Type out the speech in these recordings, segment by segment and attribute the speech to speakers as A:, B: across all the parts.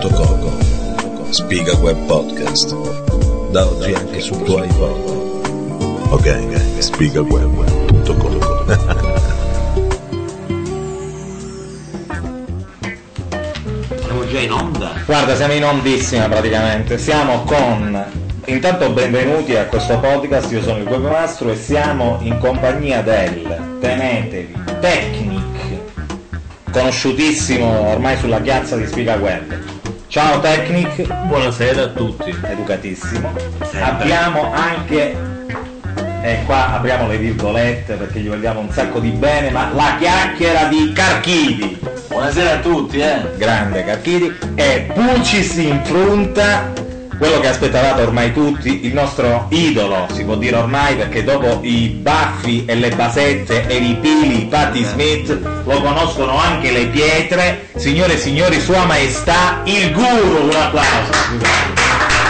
A: spigaweb.com Spigaweb Podcast da oggi anche sul tuo iPod ok spigaweb.com
B: Siamo già in onda.
C: Guarda, siamo in ondissima praticamente. Siamo con. Intanto benvenuti a questo podcast, io sono il Webmastro e siamo in compagnia del tenetevi Technic, conosciutissimo ormai sulla piazza di Spiga Web. Ciao Technic,
B: Buonasera a tutti.
C: educatissimo.
B: Sempre.
C: Abbiamo anche e qua apriamo le virgolette perché gli vogliamo un sacco di bene, ma la chiacchiera di Carchidi.
B: Buonasera a tutti, eh.
C: grande Carchiri e Pulcis in fronta quello che aspettavate ormai tutti il nostro idolo si può dire ormai perché dopo i baffi e le basette e i pili Patti Smith lo conoscono anche le pietre signore e signori sua maestà il guru un applauso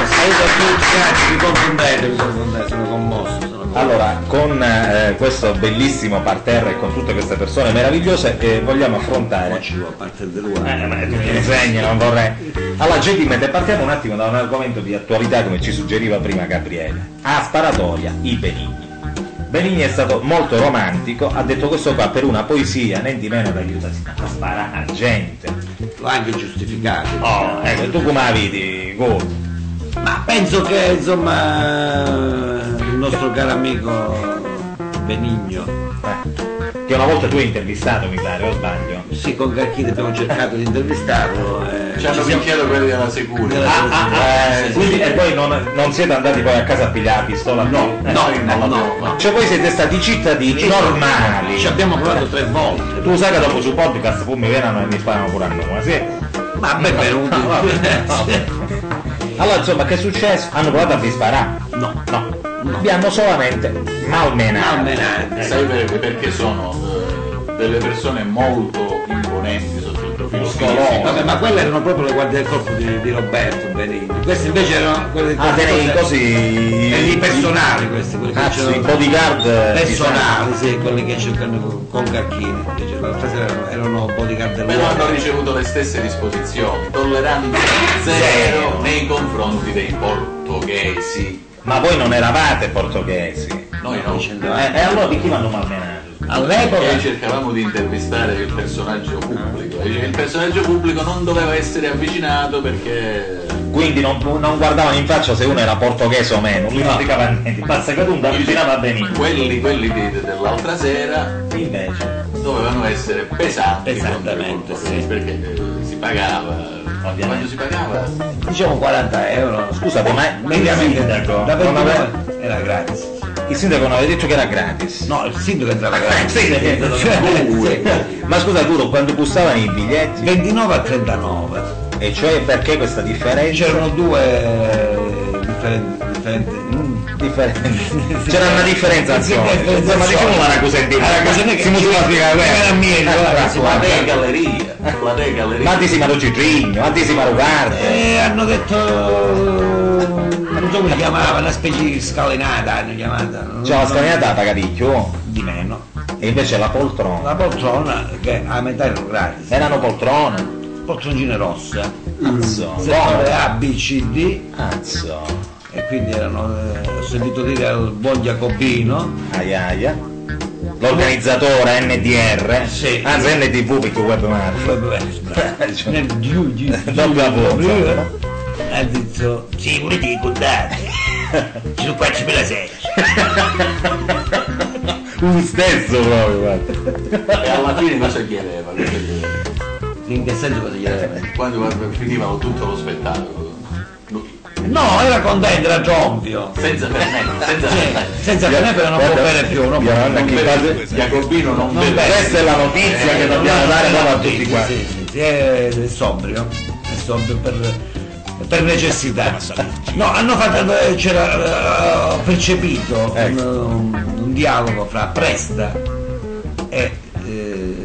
B: Saluto a tutti, ragazzi, mi confondete, mi confondete, sono commosso. Sono commosso.
C: allora con eh, questo bellissimo parterre e con tutte queste persone meravigliose eh, vogliamo affrontare
B: Oggi a parte del
C: Eh, ma tu mi
B: luogo.
C: insegni, non vorrei. Allora, gentilmente, partiamo un attimo da un argomento di attualità, come ci suggeriva prima Gabriele. A sparatoria, i Benigni. Benigni è stato molto romantico, ha detto questo qua per una poesia, né di meno da aiutarsi a sparare a gente.
B: L'ho anche giustificato.
C: Oh, ecco, tu come la vedi, Gu?
B: Ma penso che insomma il nostro caro amico Benigno.
C: Eh, che una volta tu hai intervistato, mi pare, o sbaglio?
B: Sì, con Cacchini abbiamo cercato di intervistarlo. eh,
D: Ci hanno
B: siamo-
D: picchiato quelli della Sicura.
B: Ah,
C: Eh, quindi, e poi non, non siete andati poi a casa a pigliare la pistola?
B: No,
C: Eh,
B: no,
C: poi
B: no,
C: la-
B: no, no.
C: Cioè voi siete stati cittadini normali.
B: Ci abbiamo provato tre volte.
C: Tu sai che dopo su podcast poi mi vengono e mi sparano pure a noi, sì?
B: Ma benvenuti.
C: No, vabbè, no. Allora insomma che è successo? Hanno provato a vi sparare?
B: No,
C: No.
B: No.
C: Vi hanno solamente malmenato.
B: almeno.
D: Sai perché? Perché sono eh, delle persone molto imponenti sotto il profilo
C: Muscolose.
D: fisico.
B: Eh, Vabbè, ma quelle erano proprio le guardie del corpo di, di Roberto Benigni. Queste invece erano quelle del
C: Ah,
B: corpo
C: dei
B: del- eh,
C: così...
B: di personali queste, quelle che
C: Ah, sì,
B: c'erano-
C: bodyguard eh,
B: personali, sì, quelle che cercano con- con Cacchini. Invece l'altra sera erano, erano bodyguard del
D: Però hanno
B: uomo.
D: ricevuto le stesse disposizioni, tolleranza
C: Zero.
D: zero nei confronti dei
C: di-
D: portoghesi.
C: diciamo. Ma voi non eravate portoghesi.
D: Noi no.
B: Dicendo,
C: Eh, e allora di chi vanno Eh, malmenato?
B: All'epoca
D: Noi cercavamo di intervistare il personaggio pubblico. e Il personaggio pubblico non doveva essere avvicinato perché
C: Quindi non, non guardavano in faccia se uno era portoghese o meno, non gli indicava niente. Basta che tu non avvicinava benissimo.
D: quelli, quelli di- dell'altra sera
C: Invece,
D: dovevano essere pesanti
B: Pesantemente,
D: contro i portoghesi,
B: sì.
D: perché eh, si pagava
C: Ovviamente.
D: quando si pagava
B: diciamo 40 euro.
C: Scusate, ma
B: Mese-
C: mediamente
B: da
C: d'accordo.
B: 29
C: Non
B: era gratis.
C: il sindaco non aveva detto che era gratis.
B: No, il sindaco entrava gratis.
C: Eh, Sì, perché è stato
B: Cioè, sì.
C: Ma scusa Duro, quando costavano i biglietti?
B: 29 a 39.
C: E cioè perché questa differenza?
B: C'erano due differenti, differenti mm,
C: Differenza. C'era una differenza
B: Sì, sì, sì, sì,
C: Ma
B: sì.
C: diciamo la racosentina.
B: Racosentina.
C: Si muoveva a spiegare
B: Non era mia,
C: Ah,
B: guarda,
C: racconta.
B: si
D: la re galleria la re galleria
C: Ma ti si maro Citrigno, ma ti si maro Garde.
B: e hanno detto non so come chiamava una specie di scalinata hanno chiamata non-
C: Cioè la
B: non-
C: scalinata la pagati di più.
B: di meno
C: E invece la poltrona.
B: la poltrona che a metà erano gratis eh.
C: Erano poltrone.
B: poltroncine rosse
C: Azzo.
B: settore
C: buone.
B: A, B, C, D
C: Azzo.
B: e quindi erano eh, ho sentito dire al buon Jacobino
C: Aia aia. L'organizzatore NDR.
B: Sì.
C: Anzi NDV perché web marketing.
B: Poi, vabbè,
C: Cioè,
B: nel giù giù
C: doppia
B: giù, eh.
C: voce.
B: ha detto sì pure ti contate ci sono qua ci per la serie
C: Un stesso proprio, guarda.
D: e alla fine cosa chiedeva Cosa chiedeva?
B: in che senso cosa gli deve
D: quando guarda, finivano tutto lo spettacolo lui,
B: no era contento era trompio
D: senza fermento senza fermento
B: senza Canepe non può
C: Guarda,
B: bere più non può
C: Giovanna, chi
D: Beh,
C: fa-
D: Jacobino non
B: Non
D: beve
B: beve.
C: Questa è la notizia che dobbiamo dare proprio a tutti quanti.
B: Eh, sì, sì, sì, è, è sobrio è sobrio per, per necessità no hanno fatto eh, c'era eh, ho percepito
C: Ecco.
B: un, un dialogo fra Presta e eh,
C: Eh,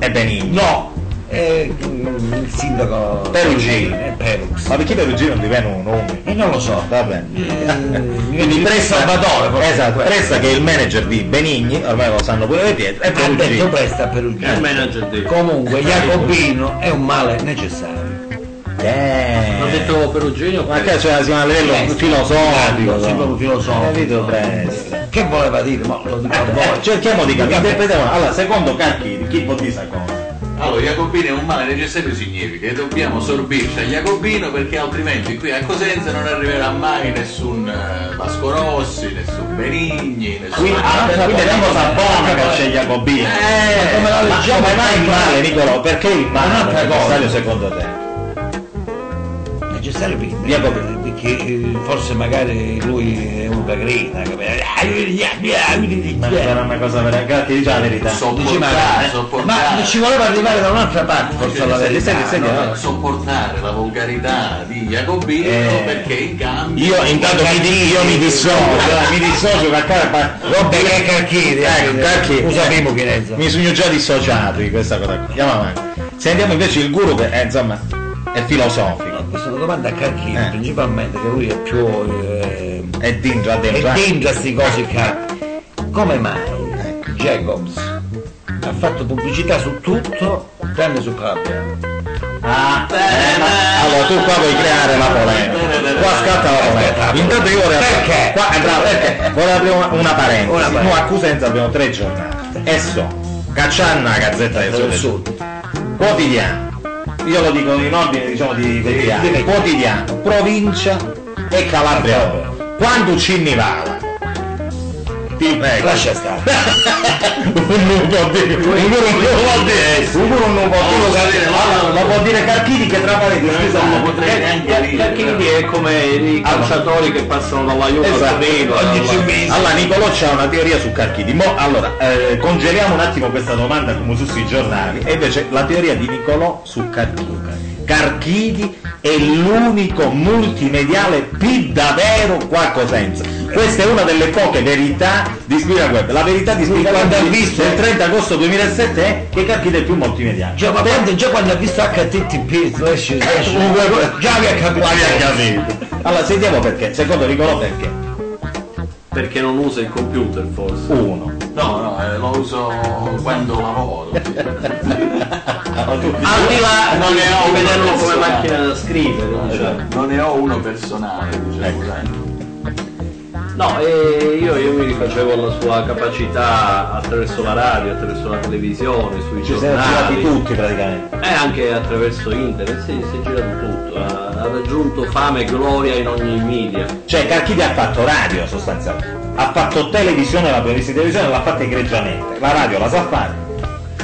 C: È benigno.
B: no eh, il sindaco
C: Perugino.
B: eh, Perugino.
C: Ma perché Perugino non diventa un nome?
B: E Eh, non lo so.
C: Va bene.
B: Eh, Quindi
C: Presta-
B: Salvatore, proprio.
C: esatto, Presta che è il manager di Benigni, ormai lo sanno pure le pietre, è
B: ha detto
C: Perugino.
B: presto a
D: È il
B: Perugino.
D: manager di...
B: Comunque Jacobino è un male necessario.
C: Eh.
D: L'ho detto Perugino.
C: Ma qua c'è a livello
B: Presta.
C: filosofico.
B: Eh, Sì, proprio
C: no?
B: filosofico.
C: Capito, Presta.
B: Che voleva dire? Ma lo dico a
C: Eh,
B: voi.
C: cerchiamo di capire.
B: Capito?
C: Interpretiamo. Allora, secondo Carchini, chi può dire sta cosa?
D: Allora, Jacobino è un male necessario significa che dobbiamo sorbirci a Jacobino perché altrimenti qui a Cosenza non arriverà mai nessun eh, Vasco Rossi, nessun Benigni, nessun...
C: Quindi, ah,
D: Eh,
C: quindi è una cosa buona che c'è
D: eh,
C: Jacobino.
B: come la
C: Ma
B: leggiamo
C: come mai il male, Nicolò? Perché il male
B: Un'altra
C: è
B: cosa.
C: necessario secondo te?
B: Necessario per-
C: Jacobino.
B: Eh, perché eh, forse magari lui è un pagrina, Ah,
C: Ma era una cosa vera, Carchini dice la verità.
D: Sopportare,
B: ma
D: sopportare,
B: ci voleva arrivare da un'altra parte forse alla
C: Senti,
B: verità.
C: senti, senti,
B: no?
C: allora.
D: sopportare la volgarità di Jacobino
C: Eh.
D: perché in cambio...
C: Io intanto mi, di- io mi dissocio, eh, mi dissocio per cara.
B: Robbe che cacchiri,
C: Ecco, cacchiri.
B: lo sapevo chi era.
C: Mi sono già dissociato di questa cosa qui. Andiamo avanti. Sentiamo invece il guru che eh, insomma è filosofico.
B: Questa domanda a Cacchini,
C: Eh.
B: principalmente che lui è più eh,
C: È dentro, a dentro.
B: è
C: eh.
B: dentro a sti cose qua. Come mai Jacobs ha fatto pubblicità su tutto tranne su Capria?
C: Ah, eh, ma- allora tu qua vuoi creare la polemica. Qua scatta la polemica. Intanto io vorrei
B: Perché?
C: Qua, eh, bravo, perché? Vorrei aprire una, una parentesi.
B: Una parentesi.
C: Noi a Cusenza abbiamo tre giornate. Esso, Caccianna, Gazzetta del Sud.
B: Del Sud.
C: quotidiano io lo dico in ordine diciamo di quotidiano
B: Sì.
C: quotidiano provincia e Calabria Oro. quando ci nivava ti
B: Lascia stare.
C: un non può dire un non può dire un non può
D: Non posso
C: dire
D: dire,
C: Allora, ma può dire Carchini che tra parentesi scusa, eh,
D: non lo potrei neanche
E: Gli
D: dire.
E: archini
D: però.
E: è come i
C: Ah,
E: calciatori che passano dalla Juve
C: Esatto.
E: alla Juve,
C: Oggi
E: alla-
C: ci penso. Allora Nicolò c'ha una teoria su Carchini. Mo, allora, eh, congeliamo un attimo questa domanda come su sui giornali. E invece la teoria di Nicolò su Carchini. Carchini è l'unico multimediale più davvero qua a Cosenza. Questa è una delle poche verità di Spiga Web. La verità di Spiga Web
B: quando ha
C: del
B: visto-
C: 30 agosto 2007 è che Carchini è il più multimediale.
B: Già, ma quando, già quando ha visto HTTP slash
D: Eh,
B: slash
C: Eh,
B: già mi ha capito.
C: Ma mi ha capito. Allora, sentiamo perché. Secondo Nicolò perché?
E: perché non usa il computer forse.
C: Uno.
D: No, no, eh, lo uso quando lavoro.
E: Al di là
D: Non ne ho
E: di vederlo come
D: uno Esatto. personale.
E: macchina da scrivere, diciamo.
D: Cioè, Non ne ho uno personale, diciamo
C: Ecco.
D: dai.
E: No, e io, io mi rifacevo alla sua capacità attraverso la radio, attraverso la televisione, sui
C: Ci siamo girati
E: giornali.
C: tutti praticamente.
E: E
D: Eh,
E: anche attraverso internet, sì, si è girato tutto. Ha, ha raggiunto fama e gloria in ogni media.
C: Cioè Carchidi ha fatto radio sostanzialmente, ha fatto televisione, la prevista di televisione l'ha fatta egregiamente, la radio la sa fare,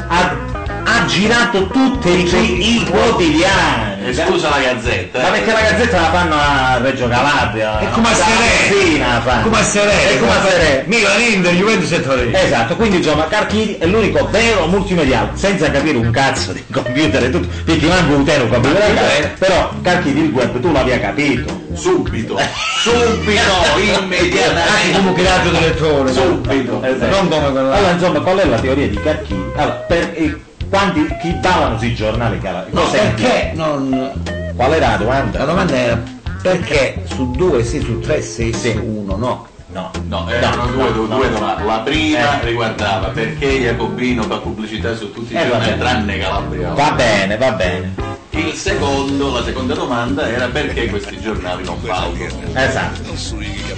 C: ha, ha girato tutti i, i- i quotidiani.
D: E scusa la gazzetta. eh.
C: Ma perché la gazzetta la fanno a Reggio Calabria?
B: È come a
C: da
B: Serena.
C: Messina la fanno.
B: Come a Serena.
C: È come a Serena.
B: Milan, Inter, Juventus e Torino.
C: Esatto, quindi insomma Carchidi è l'unico vero multimediale, senza capire un cazzo di computer e tutto, perché manco un tero computer, a
B: certo.
C: casa, eh. però Carchidi il web tu l'abbia capito.
D: Subito, subito,
B: Anche come
D: immediatamente.
B: creato di lettore.
D: Subito.
B: Non come quella.
C: Esatto. Allora, insomma, qual è la teoria di Carchini? Allora, per eh, quanti, chi davano sui giornali Cala-
B: No,
C: Cosa è?
B: perché non.
C: Qual era la domanda?
B: La domanda era perché su due sì, su tre sì, su uno no.
C: No. eh,
D: No, erano
C: No,
D: due,
C: no,
D: due,
C: no.
D: due domande. La prima
C: Eh.
D: riguardava perché Jacobino fa pubblicità su tutti i
C: Eh,
D: giornali
C: vabbè.
D: tranne Calabria.
C: Va bene, va bene.
D: Il secondo, la seconda domanda era perché questi giornali non parlano.
C: Esatto.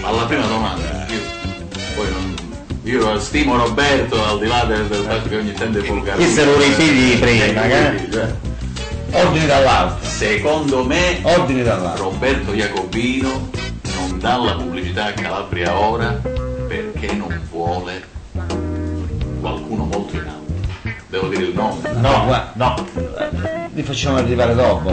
D: Alla prima domanda, io, poi non- io stimo Roberto al di là del, del fatto che ogni tanto è volgare. Eh,
C: Chi se lo rifigli prima, eh? che?
B: Ordini dall'alto.
D: cioè, Secondo me
B: Ordini dall'alto.
D: Roberto Jacobino non dà la pubblicità a Calabria ora perché non vuole qualcuno molto in alto. Devo dire il nome,
C: No, no.
B: Li facciamo arrivare dopo.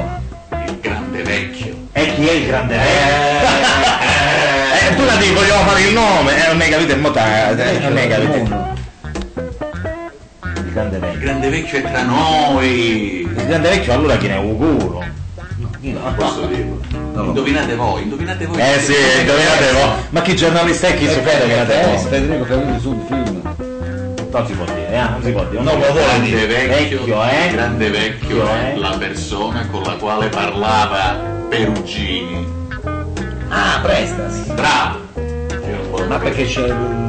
D: il grande vecchio.
C: E chi è il grande Eh, tu la dici, vogliamo fare il nome, eh, non ne capite, mo ta- eh, non ne capite.
B: Uno.
C: Il grande
D: Il
C: vecchio.
D: grande vecchio è tra noi.
C: Il grande vecchio allora chi ne è un culo?
D: Posso dirlo?
B: No.
D: Indovinate voi, indovinate voi.
C: Eh sì, indovinate voi. Ma chi giornalista è chi si
B: Eh,
C: fede che la
B: Federico,
C: te?
B: Federico Fellini sul film.
C: non si può dire, eh, non si può dire.
B: No,
C: si
B: lo
C: può
B: vuole
D: grande
C: dire.
D: vecchio,
C: eh?
D: grande vecchio è
C: eh?
D: la persona con la quale parlava Perugini.
B: Ah, prestasi.
D: Bravo! Io non volevo
B: Ma
D: dire
B: perché c'è il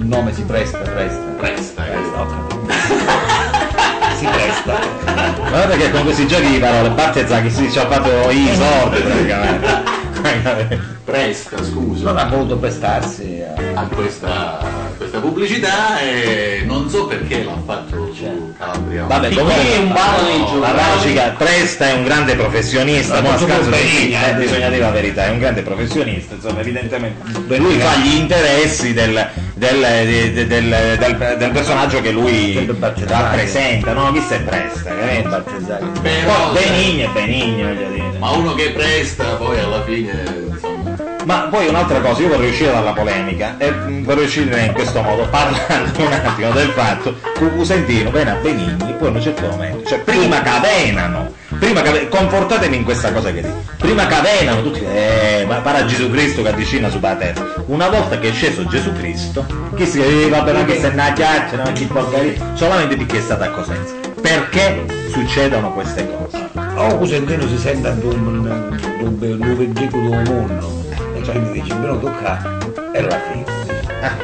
B: il nome si presta, presta.
D: Presta, eh.
B: Presta, ho capito. si presta.
C: Guardate che con questi giochi di parole Battezzacchi si ci ha fatto i soldi praticamente.
D: Presta, scusa.
B: Non ha voluto prestarsi a...
D: a questa, a questa pubblicità e non so perché l'ha fatto
E: Cioè.
D: su Calabria.
C: Vabbè,
D: Di
C: comunque-
D: qui è un ballo di
C: La
D: giornale.
C: Racica Presta è un grande professionista,
B: No,
C: no,
B: tutto
C: scherzo,
B: bene,
C: sì,
B: eh.
C: eh, bisogna dire la verità, è un grande professionista, insomma, evidentemente lui fa gli interessi del, del, de- de- del- del- del personaggio che lui
B: Del battezzato.
C: rappresenta, no? Visto è Presta, capito?
B: battezzare.
D: Però,
C: Poi Benigno è Benigno, voglio dire.
D: ma uno che presta poi alla fine insomma,
C: Ma poi un'altra cosa, io vorrei uscire dalla polemica e mm, vorrei uscire in questo modo, parlando un attimo del fatto che Cusentino viene a Benigni, poi in un certo momento, cioè prima cadenano, prima cave- confortatemi in questa cosa che dico, prima cadenano tutti, eh, ma parla Gesù Cristo che avvicina su la terra, una volta che è sceso Gesù Cristo, chi si eh, vabbè ma che se ne acchiaccia, no, chi porca lì, solamente perché è stata a Cosenza, perché succedono queste cose?
B: Oh, Cosentino si sente un, un, un, un ridicolo mondo. E quindi dice, però tocca e la fine.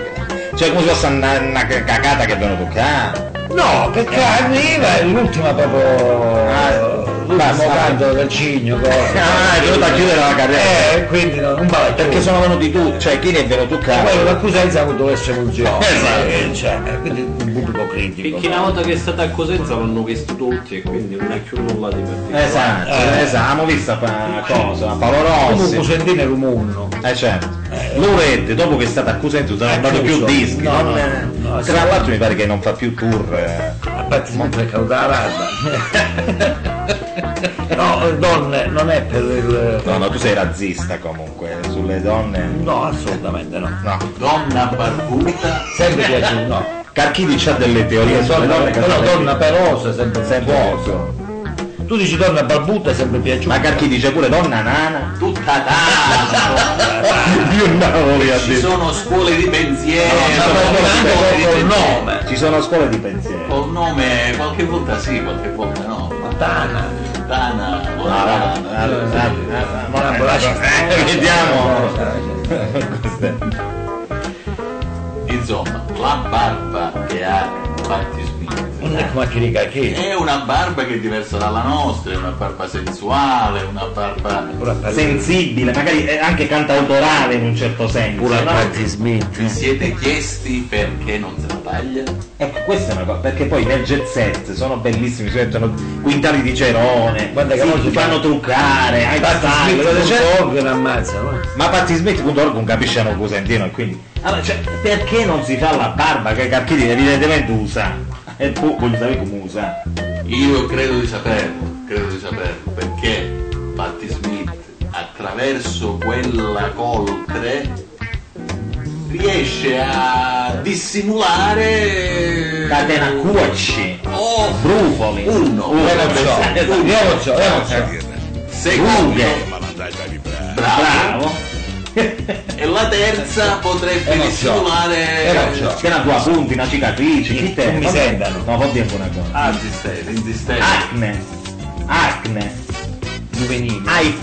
C: Cioè come se fosse una, una cacata che abbiamo toccato.
B: No, perché arriva è l'ultima proprio.
C: Ah,
B: l'ultimo
C: basta.
B: canto del cigno. cosa.
C: Ah, è venuto a chiudere la carriera.
B: Eh, quindi no, non vale
C: Perché sono venuti tu, cioè chi ne è venuto tu
B: Quello
C: caro?
B: l'accusenza ha dovuto essere un gioco.
C: Esatto.
B: Eh, cioè, eh, quindi un pubblico critico.
E: Perché una volta che è stata a Cosenza l'hanno visto tutti e quindi non è più nulla di partito.
C: Esatto,
B: Eh.
C: esatto, abbiamo visto una cosa, Paolo
B: Comunque
C: Rossi.
B: Cosentino era un mondo.
C: Eh certo. Lorette, dopo che è stata accusata, non ha fatto più
B: chiuso.
C: dischi.
B: No,
C: non-
B: no, no,
C: tra
B: sì.
C: l'altro mi pare che non fa più tour. eh.
B: A parte mentre caduta la razza. No, donne, non è per il.
C: No, no, tu sei razzista comunque, sulle donne.
B: No, assolutamente no.
C: No.
D: Eh. donna barbuta
B: Sempre piaciuto, no.
C: Carchidi c'ha delle teorie sulle donne. che
B: Però
C: sono-
B: donna pelosa sempre,
C: Sempre poco.
B: Tu dici donna barbuta sempre piaciuta.
C: Ma Carchidi c'è pure donna nana.
D: tutta tanto
C: Io no, voglio
D: ci
C: dire.
D: sono scuole di pensiero
C: Ci sono
B: anche
D: scuole di
B: col- col
D: pensiero.
B: nome.
C: Ci sono scuole di pensiero.
D: col nome qualche volta sì qualche volta no
B: Tana.
D: Tana
C: Ah,
D: Volana,
C: ah, ah, ah, ah,
B: Eh, lascia-
C: eh, Vediamo.
D: insomma la barba che ha Patti Smith
B: Non è come a chirica che
D: è una barba che è diversa dalla nostra è una barba sensuale una barba
C: Sensibile, magari eh, anche cantautorale in un certo senso.
B: pure a
C: no?
B: Patti Smith.
D: Vi siete chiesti perché non se la taglia?
C: Ecco, questa è una cosa, perché poi nel jet set sono bellissimi, si mettono quintali di cerone,
B: Guarda che
C: si-
B: oggi
C: ti fanno
B: fa-
C: truccare, hai
B: Patti
C: passato,
B: Smith
C: cioè-
B: non che ammazza, no?
C: ma pattismith.org non capiscono Cosentino e quindi. Allora, cioè, perché non si fa la barba che Carchini evidentemente usa? E tu voglio sapere come usa.
D: Io credo di saperlo, credo di saperlo, perché Patti Smith attraverso quella coltre riesce a dissimulare
C: Catena cuoci,
D: Oh,
C: brufoli.
D: Uno,
C: Uno,
D: io
B: non so,
C: esatto.
B: io non so, io non so.
D: secondo
C: Rughe.
D: bravo.
C: Bravo.
D: e la terza potrebbe
B: Eh, non so. Eh, non
D: dissimulare
B: so.
C: C'è una tua punti, una cicatrice, chi te?
B: Non mi
C: Vabbè.
B: sentano.
C: No, vuol dire una cosa.
D: ah insistente, insistente.
B: Ah,
C: Acne. Acne.
B: Giovanile.
C: Ai.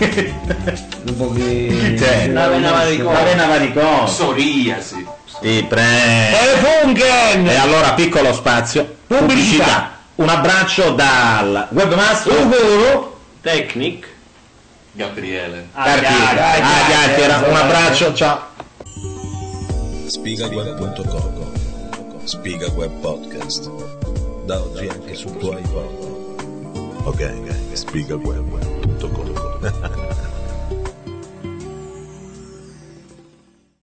B: Dopo che.
C: Chi c'è?
B: La vena
C: La vena varicosa.
D: psoriasi
C: Sì, pre. E
B: Funken!
C: allora piccolo spazio.
B: Pubblicità.
C: Pubblicità. Un abbraccio dal webmaster Uguru.
E: Technic
D: Gabriele
B: dai,
C: Ah,
B: dai,
C: chiacchiera.
B: dai.
C: Un abbraccio, ciao.
A: Spigaweb.com Spiga Web Podcast Da oggi anche su tuoi iPod Ok, spigaweb.com